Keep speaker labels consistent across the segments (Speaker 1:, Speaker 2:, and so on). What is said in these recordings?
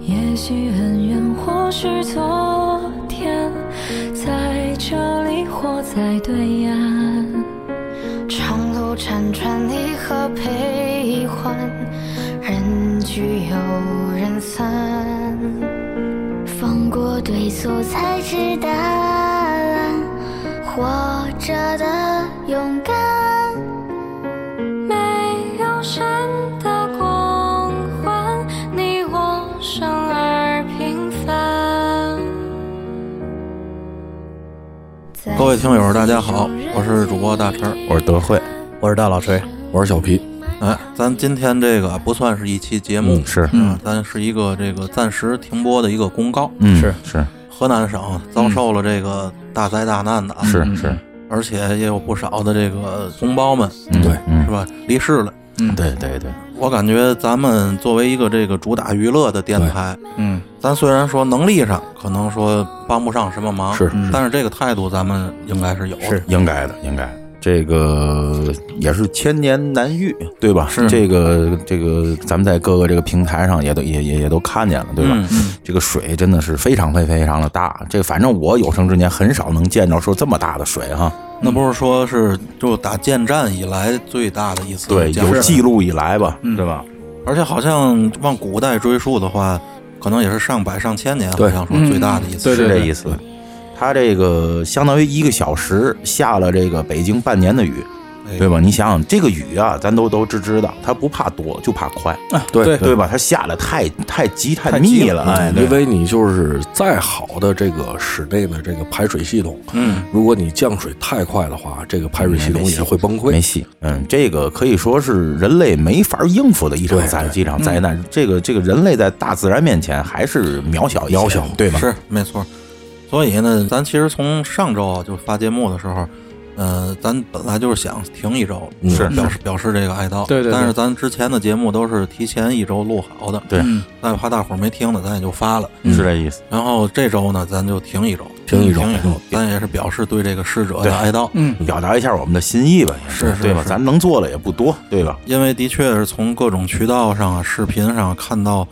Speaker 1: 也许很远，或是昨天，在这里或在对岸。
Speaker 2: 长路辗转，离合悲欢，人聚又人散。放过对错，才知答案。活着的勇敢，
Speaker 1: 没有神的光环，你我生而平凡。
Speaker 3: 各位听友，大家好，
Speaker 4: 嗯
Speaker 3: 我是主播大陈儿。
Speaker 5: 我是德惠，
Speaker 4: 我是大老锤，
Speaker 5: 我是小皮。
Speaker 3: 哎，咱今天这个啊不算是一期节目，
Speaker 5: 嗯，是，
Speaker 3: 嗯，咱是一个这个暂时停播的一个公告。
Speaker 5: 嗯
Speaker 4: 是
Speaker 5: 是
Speaker 3: 河南省遭受了这个大灾大难的啊，
Speaker 5: 嗯是是，
Speaker 3: 而且也有不少的这个同胞们
Speaker 5: 嗯
Speaker 4: 对，
Speaker 5: 嗯
Speaker 3: 是吧离世了。
Speaker 4: 对对对，
Speaker 3: 我感觉咱们作为一个这个主打娱乐的电台，
Speaker 4: 嗯，
Speaker 3: 咱虽然说能力上可能说帮不上什么忙，
Speaker 5: 是
Speaker 4: 嗯
Speaker 3: 但是这个态度咱们应该是有的。
Speaker 4: 是
Speaker 5: 应该的，应该的。这个也是千年难遇，对吧？
Speaker 3: 是
Speaker 5: 这个这个，咱们在各个这个平台上也都也也也都看见了，对吧？
Speaker 3: 嗯
Speaker 5: 这个水真的是非常非非常的大，这反正我有生之年很少能见着说这么大的水哈。
Speaker 3: 那不是说是就打建战以来最大的一次
Speaker 5: 对，
Speaker 3: 降
Speaker 5: 有
Speaker 3: 雨
Speaker 5: 记录以来吧，对吧？
Speaker 3: 而且好像往古代追溯的话，可能也是上百上千年，好
Speaker 5: 对
Speaker 3: 像说
Speaker 4: 嗯
Speaker 3: 最大的一次。
Speaker 4: 对
Speaker 5: 是
Speaker 4: 对
Speaker 5: 这意思。它这个相当于一个小时下了这个北京半年的雨，
Speaker 3: 哎
Speaker 5: 对吧？你想想这个雨啊，咱都都知知道，它不怕多，就怕快，对对吧？它下的太太急太密了，哎，对
Speaker 4: 因为你就是再好的这个室内的这个排水系统，
Speaker 3: 嗯，
Speaker 4: 如果你降水太快的话，这个排水系统也会崩
Speaker 5: 没
Speaker 4: 溃。
Speaker 5: 戏。嗯，这个可以说是人类没法应付的一场
Speaker 4: 对
Speaker 5: 灾一场灾难。这个这个人类在大自然面前还是渺小一些
Speaker 4: 渺小
Speaker 5: 对吧？
Speaker 3: 是没错。所以呢，咱其实从上周啊就发节目的时候，呃，咱本来就是想停一周，
Speaker 5: 嗯是
Speaker 3: 表示表示这个哀悼。
Speaker 4: 对对对
Speaker 3: 但是咱之前的节目都是提前一周录好的，
Speaker 5: 对嗯
Speaker 3: 嗯，但怕大伙儿没听的，咱也就发了。
Speaker 5: 是这意思。
Speaker 3: 然后这周呢，咱就停一周，
Speaker 4: 停一周
Speaker 3: 停一周
Speaker 4: 嗯，
Speaker 3: 咱也是表示对这个逝者的哀悼。
Speaker 4: 嗯，
Speaker 5: 表达一下我们的心意吧，也
Speaker 3: 是是
Speaker 5: 对吧？
Speaker 3: 是
Speaker 5: 咱能做的也不多，对吧？
Speaker 3: 因为的确是从各种渠道上啊、视频上看到，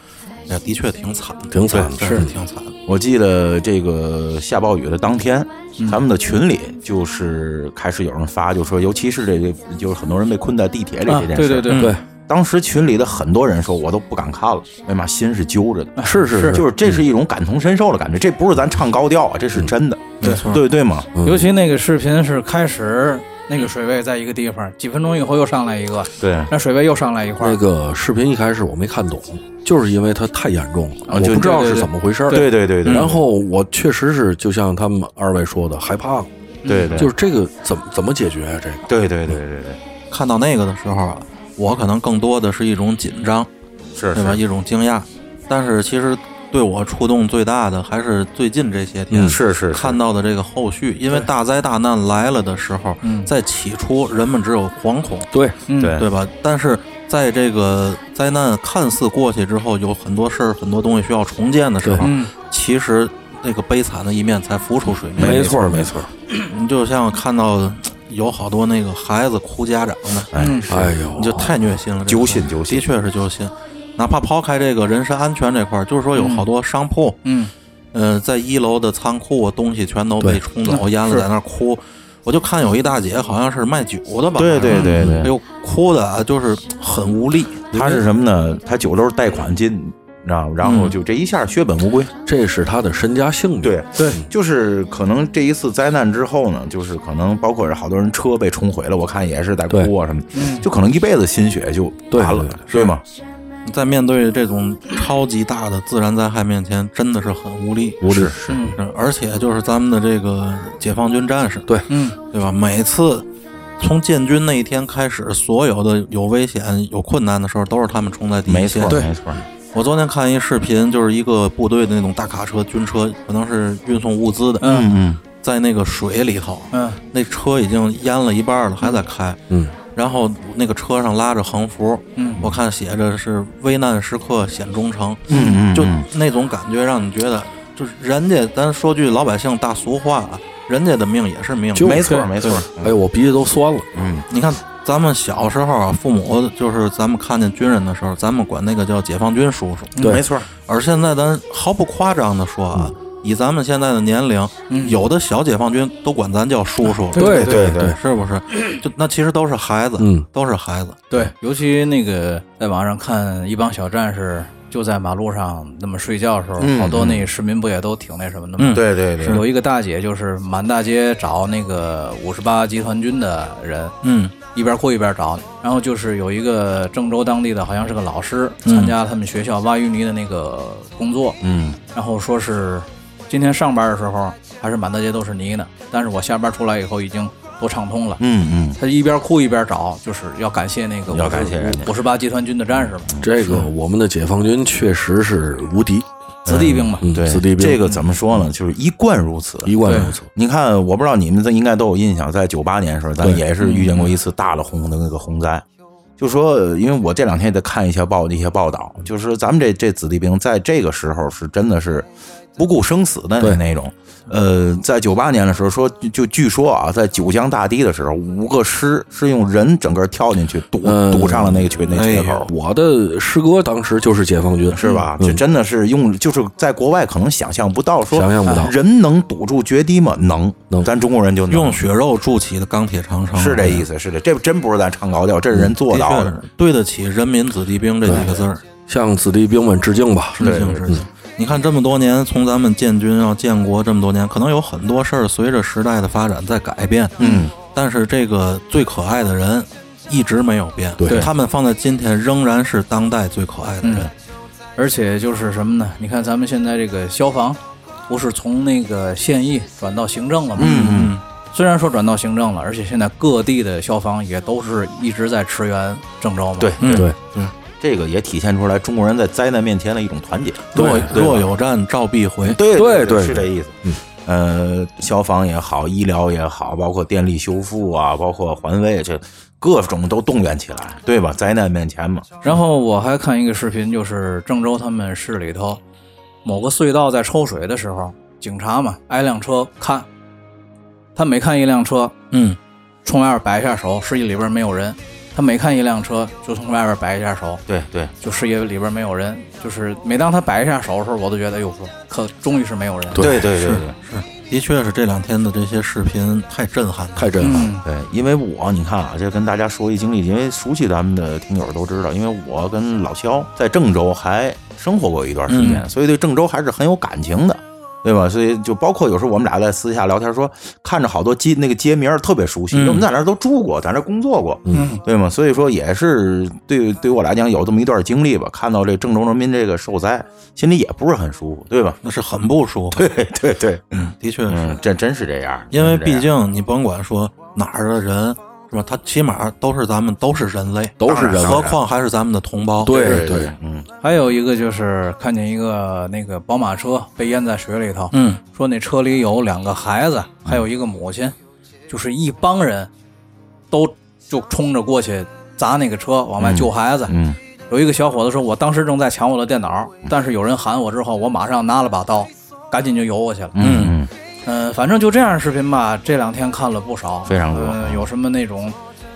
Speaker 3: 哎呀，的确挺惨的，
Speaker 4: 挺惨的
Speaker 3: 对真是
Speaker 4: 是
Speaker 3: 挺惨的。
Speaker 5: 我记得这个下暴雨的当天，咱们的群里就是开始有人发，就说，尤其是这个，就是很多人被困在地铁里这件事。
Speaker 6: 啊对对对
Speaker 3: 对
Speaker 4: 嗯对，
Speaker 5: 当时群里的很多人说，我都不敢看了，哎妈，心是揪着的。
Speaker 6: 是是是
Speaker 5: 就是这是一种感同身受的感觉，这不是咱唱高调啊，这是真的，
Speaker 3: 没错
Speaker 5: 对对吗？
Speaker 4: 嗯
Speaker 6: 尤其那个视频是开始那个水位在一个地方，几分钟以后又上来一个，
Speaker 5: 对，
Speaker 6: 那水位又上来一块
Speaker 4: 那
Speaker 6: 儿。
Speaker 4: 个视频一开始我没看懂，就是因为它太严重了，
Speaker 5: 啊
Speaker 4: 我
Speaker 5: 就
Speaker 4: 不知道
Speaker 6: 对对
Speaker 4: 是
Speaker 6: 对
Speaker 4: 怎么回事儿。
Speaker 5: 对对对对，
Speaker 4: 然后我确实是就像他们二位说的，害怕了。
Speaker 5: 对对，
Speaker 4: 就是这个怎么怎么解决啊？这个
Speaker 5: 对对对对对，
Speaker 3: 看到那个的时候啊，我可能更多的是一种紧张，
Speaker 5: 是
Speaker 3: 对吧？
Speaker 5: 是
Speaker 3: 一种惊讶。但是其实对我触动最大的还是最近这些天，
Speaker 5: 嗯是是
Speaker 3: 看到的这个后续。因为大灾大难来了的时候，在起初人们只有惶恐，
Speaker 4: 对，
Speaker 5: 对
Speaker 3: 对吧？但是在这个灾难看似过去之后，有很多事儿、很多东西需要重建的时候，
Speaker 6: 嗯
Speaker 3: 其实那个悲惨的一面才浮出水面。
Speaker 4: 没错没错。
Speaker 3: 你就像看到有好多那个孩子哭家长的，
Speaker 5: 哎，
Speaker 4: 哎呦，
Speaker 3: 你就太虐心了，这个
Speaker 5: 揪心揪心
Speaker 3: 的确是揪心。哪怕抛开这个人身安全这块儿，就是说有好多商铺，
Speaker 6: 嗯，
Speaker 3: 呃，在一楼的仓库东西全都被冲走，淹了，在那儿哭。我就看有一大姐好像是卖酒的吧，
Speaker 5: 对对对对
Speaker 3: 哎呦，哭的啊，就是很无力。
Speaker 5: 他是什么呢？他酒都是贷款进，你知道吗？然后就这一下血本无归。
Speaker 4: 这是他的身家性命。嗯
Speaker 5: 对对，就是可能这一次灾难之后呢，就是可能包括是好多人车被冲毁了，我看也是在哭啊什么，就可能一辈子心血就完了
Speaker 4: 对对，
Speaker 5: 对吗？
Speaker 3: 在面对这种超级大的自然灾害面前，真的是很无力。
Speaker 5: 无力是
Speaker 3: 嗯，而且就是咱们的这个解放军战士，
Speaker 4: 对，
Speaker 6: 嗯，
Speaker 3: 对吧？每次从建军那一天开始，所有的有危险、有困难的时候，都是他们冲在第一
Speaker 5: 没
Speaker 3: 线
Speaker 5: 错。没错，
Speaker 3: 我昨天看一视频，就是一个部队的那种大卡车、军车，可能是运送物资的，
Speaker 6: 嗯
Speaker 5: 嗯
Speaker 3: 在那个水里头，
Speaker 6: 嗯，
Speaker 3: 那车已经淹了一半了，还在开。
Speaker 4: 嗯，
Speaker 3: 然后那个车上拉着横幅，
Speaker 6: 嗯，
Speaker 3: 我看写着是“危难时刻显忠诚”，
Speaker 5: 嗯嗯，
Speaker 3: 就那种感觉，让你觉得就是人家，咱说句老百姓大俗话啊，人家的命也是命，
Speaker 5: 没错没错，
Speaker 4: 哎呦，我鼻子都酸了。
Speaker 3: 你看咱们小时候啊，父母就是咱们看见军人的时候，咱们管那个叫解放军叔叔。
Speaker 4: 对
Speaker 5: 没错儿，
Speaker 3: 而现在咱毫不夸张的说啊，以咱们现在的年龄，
Speaker 5: 嗯
Speaker 3: 有的小解放军都管咱叫叔叔了。
Speaker 4: 对
Speaker 5: 对
Speaker 4: 对
Speaker 5: 对，
Speaker 3: 是不是？就那其实都是孩子，
Speaker 4: 嗯，
Speaker 3: 都是孩子。
Speaker 6: 对，尤其那个在网上看一帮小战士就在马路上那么睡觉的时候，
Speaker 5: 嗯
Speaker 6: 好多那市民不也都挺那什么的吗？
Speaker 3: 嗯
Speaker 5: 对对对，
Speaker 6: 有一个大姐就是满大街找那个五十八集团军的人，
Speaker 3: 嗯
Speaker 6: 一边哭一边找。然后就是有一个郑州当地的，好像是个老师，参加他们学校挖淤泥的那个工作，
Speaker 5: 嗯，
Speaker 6: 然后说是今天上班的时候还是满大街都是泥呢，但是我下班出来以后已经都畅通了。
Speaker 5: 嗯嗯，
Speaker 6: 他一边哭一边找，就是要感谢那个
Speaker 5: 要感谢人家嗯
Speaker 6: 五十八集团军的战士们，
Speaker 4: 这个我们的解放军确实是无敌，
Speaker 6: 子弟兵嘛。
Speaker 4: 嗯，
Speaker 5: 对，
Speaker 4: 子弟兵
Speaker 5: 这个怎么说呢？就是一贯如此，
Speaker 4: 一贯如此。
Speaker 5: 你看，我不知道你们这应该都有印象，在九八年的时候，咱
Speaker 4: 对
Speaker 5: 也是遇见过一次大的洪的那个洪灾。就说，呃因为我这两天也在看一些报一些报道，就是说咱们这这子弟兵在这个时候是真的是不顾生死的
Speaker 4: 对
Speaker 5: 那种。呃，在九八年的时候说，就就据说啊，在九江大堤的时候，五个师是用人整个跳进去堵
Speaker 4: 嗯
Speaker 5: 堵上了那个缺那
Speaker 3: 哎
Speaker 5: 缺
Speaker 3: 呦
Speaker 5: 口，
Speaker 4: 我的师哥当时就是解放军，
Speaker 5: 是吧？
Speaker 4: 嗯
Speaker 5: 就真的是用，就是在国外可能想象不到，说
Speaker 4: 想象不到
Speaker 5: 人能堵住决堤吗？能，
Speaker 4: 能
Speaker 5: 咱中国人就能
Speaker 3: 用血肉筑起的钢铁长城，
Speaker 5: 是这意
Speaker 3: 思。
Speaker 5: 思，是这，这真不是咱唱高调，这是人做
Speaker 3: 哦的
Speaker 5: 到
Speaker 3: 确
Speaker 5: 的
Speaker 3: 是。对得起“人民子弟兵”这几个字儿，
Speaker 4: 嗯向子弟兵们致敬吧。
Speaker 3: 致敬致敬。你看这么多年，从咱们建军啊、建国这么多年，可能有很多事儿随着时代的发展在改变，
Speaker 5: 嗯，
Speaker 3: 但是这个最可爱的人一直没有变，
Speaker 4: 对
Speaker 3: 他们放在今天仍然是当代最可爱的人。
Speaker 5: 嗯
Speaker 6: 而且就是什么呢？你看咱们现在这个消防，不是从那个县役转到行政了吗？嗯嗯。虽然说转到行政了，而且现在各地的消防也都是一直在驰援郑州嘛。
Speaker 5: 对，
Speaker 3: 嗯
Speaker 4: 对，
Speaker 5: 这个也体现出来中国人在灾难面前的一种团结。
Speaker 3: 若
Speaker 5: 对
Speaker 3: 若有战，召必回。
Speaker 5: 对
Speaker 4: 对对
Speaker 5: 是这意思。嗯，呃，消防也好，医疗也好，包括电力修复啊，包括环卫，这各种都动员起来，对吧？灾难面前嘛，
Speaker 6: 然后我还看一个视频，就是郑州他们市里头某个隧道在抽水的时候，警察嘛挨辆车看，他每看一辆车，
Speaker 3: 嗯，
Speaker 6: 冲外边摆一下手，视野里边没有人；他每看一辆车，就从外边摆一下手，
Speaker 5: 对对，
Speaker 6: 就视野里边没有人。就是每当他摆一下手的时候，我都觉得，哎呦，可终于是没有人。
Speaker 4: 对
Speaker 5: 对对对对。
Speaker 3: 的确是这两天的这些视频太震撼了，
Speaker 4: 太震撼了。
Speaker 6: 嗯，
Speaker 5: 对，因为我你看啊，这跟大家说一经历，因为熟悉咱们的听友都知道，因为我跟老肖在郑州还生活过一段时间，所以对郑州还是很有感情的，对吧？所以就包括有时候我们俩在私下聊天说，看着好多街那个街名儿特别熟悉，因为我们在那儿都住过，在那儿工作过，嗯，对吗？所以说也是对对我来讲有这么一段经历吧，看到这郑州人民这个受灾，心里也不是很舒服，对吧？
Speaker 3: 那是很不舒服。
Speaker 5: 对对对，
Speaker 3: 的确是，
Speaker 5: 嗯，这真是这样，
Speaker 3: 因为
Speaker 5: 真是这样
Speaker 3: 毕竟你甭管说哪儿的人是吧，他起码都是咱们都是人类，
Speaker 4: 都是人类
Speaker 3: 何况还是咱们的同胞。
Speaker 4: 对
Speaker 5: 啊对
Speaker 4: 对，，
Speaker 5: 嗯，
Speaker 6: 还有一个就是看见一个那个宝马车被淹在水里头，
Speaker 3: 嗯，
Speaker 6: 说那车里有两个孩子，
Speaker 5: 嗯
Speaker 6: 还有一个母亲，就是一帮人都就冲着过去砸那个车，往外救孩子。
Speaker 5: 嗯
Speaker 6: 有一个小伙子说，我当时正在抢我的电脑，但是有人喊我之后，我马上拿了把刀，赶紧就游过去了。
Speaker 5: 嗯嗯。
Speaker 6: 嗯、反正就这样的视频吧，这两天看了不少，
Speaker 5: 非常多
Speaker 6: 嗯、有什么那种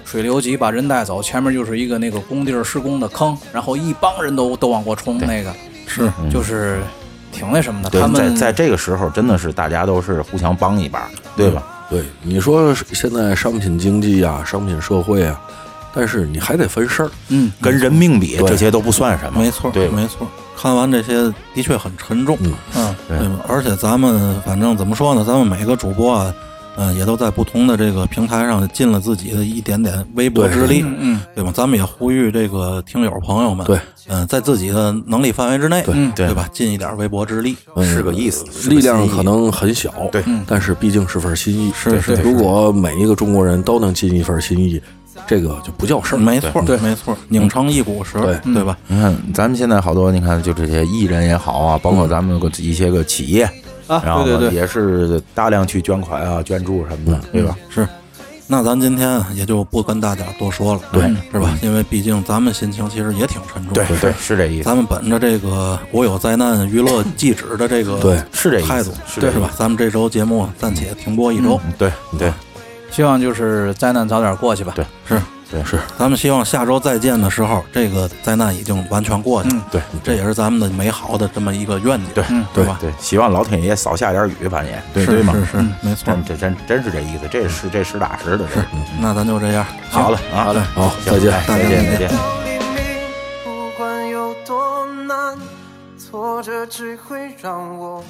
Speaker 6: 水流急把人带走，前面就是一个那个工地儿施工的坑，然后一帮人都都往过冲，那个是就是挺那什么
Speaker 5: 嗯
Speaker 6: 的。
Speaker 5: 对
Speaker 6: 他，
Speaker 5: 在
Speaker 6: 们
Speaker 5: 在这个时候，真的是大家都是互相帮一把，对吧？
Speaker 4: 对，你说现在商品经济啊，商品社会啊，但是你还得分事儿。
Speaker 6: 嗯，
Speaker 5: 跟人命比，
Speaker 4: 对
Speaker 5: 这些都不算什么。
Speaker 3: 啊没错，
Speaker 5: 对吧
Speaker 3: 没错。看完这些的确很沉重，
Speaker 4: 嗯
Speaker 3: 嗯，
Speaker 5: 对
Speaker 3: 对吧？而且咱们反正怎么说呢，咱们每个主播啊，嗯、也都在不同的这个平台上尽了自己的一点点微薄之力，
Speaker 6: 嗯嗯，
Speaker 3: 对吧？咱们也呼吁这个听友朋友们，
Speaker 4: 对，
Speaker 3: 嗯、在自己的能力范围之内，
Speaker 6: 嗯
Speaker 3: 对吧？尽一点微薄之力，
Speaker 4: 嗯
Speaker 5: 是个意思是个
Speaker 4: 力量可能很小，
Speaker 5: 对
Speaker 6: 嗯
Speaker 4: 但是毕竟是份心意。
Speaker 3: 是是是
Speaker 4: 如果每一个中国人都能尽一份心意，这个就不叫事儿。
Speaker 3: 没错，
Speaker 6: 对
Speaker 3: 没错，拧成一股绳，
Speaker 4: 对
Speaker 3: 对吧？
Speaker 5: 你看，咱们现在好多，你看就这些艺人也好啊，包括咱们个一些个企业，
Speaker 6: 啊，
Speaker 5: 然后
Speaker 6: 对对对，
Speaker 5: 也是大量去捐款啊、捐助什么的，对吧？
Speaker 3: 嗯是。那咱今天啊也就不跟大家多说了，对，是吧？因为毕竟咱们心情其实也挺沉重，
Speaker 5: 嗯对对，是这意思，
Speaker 3: 咱们本着这个“我有灾难娱乐记址”的这个
Speaker 4: 对
Speaker 5: 是这意思
Speaker 3: 态度，
Speaker 5: 是这意思
Speaker 3: 是吧？咱们这周节目暂且停播一周，
Speaker 5: 对对。
Speaker 6: 希望就是灾难早点过去吧。
Speaker 5: 对
Speaker 3: 是
Speaker 5: 对，是
Speaker 3: 咱们希望下周再见的时候，这个灾难已经完全过去了。
Speaker 5: 嗯对
Speaker 3: 这也是咱们的美好的这么一个愿景，对对吧？
Speaker 5: 对，希望老天爷少下点雨，反正也对
Speaker 3: 是
Speaker 5: 对吗？嗯
Speaker 3: 是是，没错。
Speaker 5: 真这真真是这意思，这是这实打实的。是，
Speaker 3: 那咱就这样，
Speaker 5: 好了嗯啊，好嘞，
Speaker 4: 好，再见。
Speaker 5: 再见再见。
Speaker 7: 黎明，不管有多难，挫折只会让我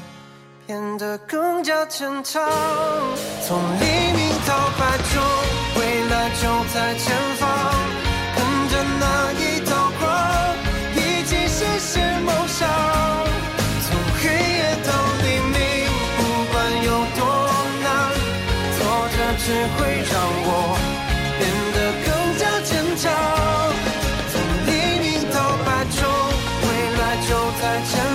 Speaker 7: 变得更加坚强。从黎明到白昼，未来就在前方，跟着那一道光，一起实现梦想。从黑夜到黎明，不管有多难，挫折只会让我变得更加坚强。从黎明到白昼，未来就在前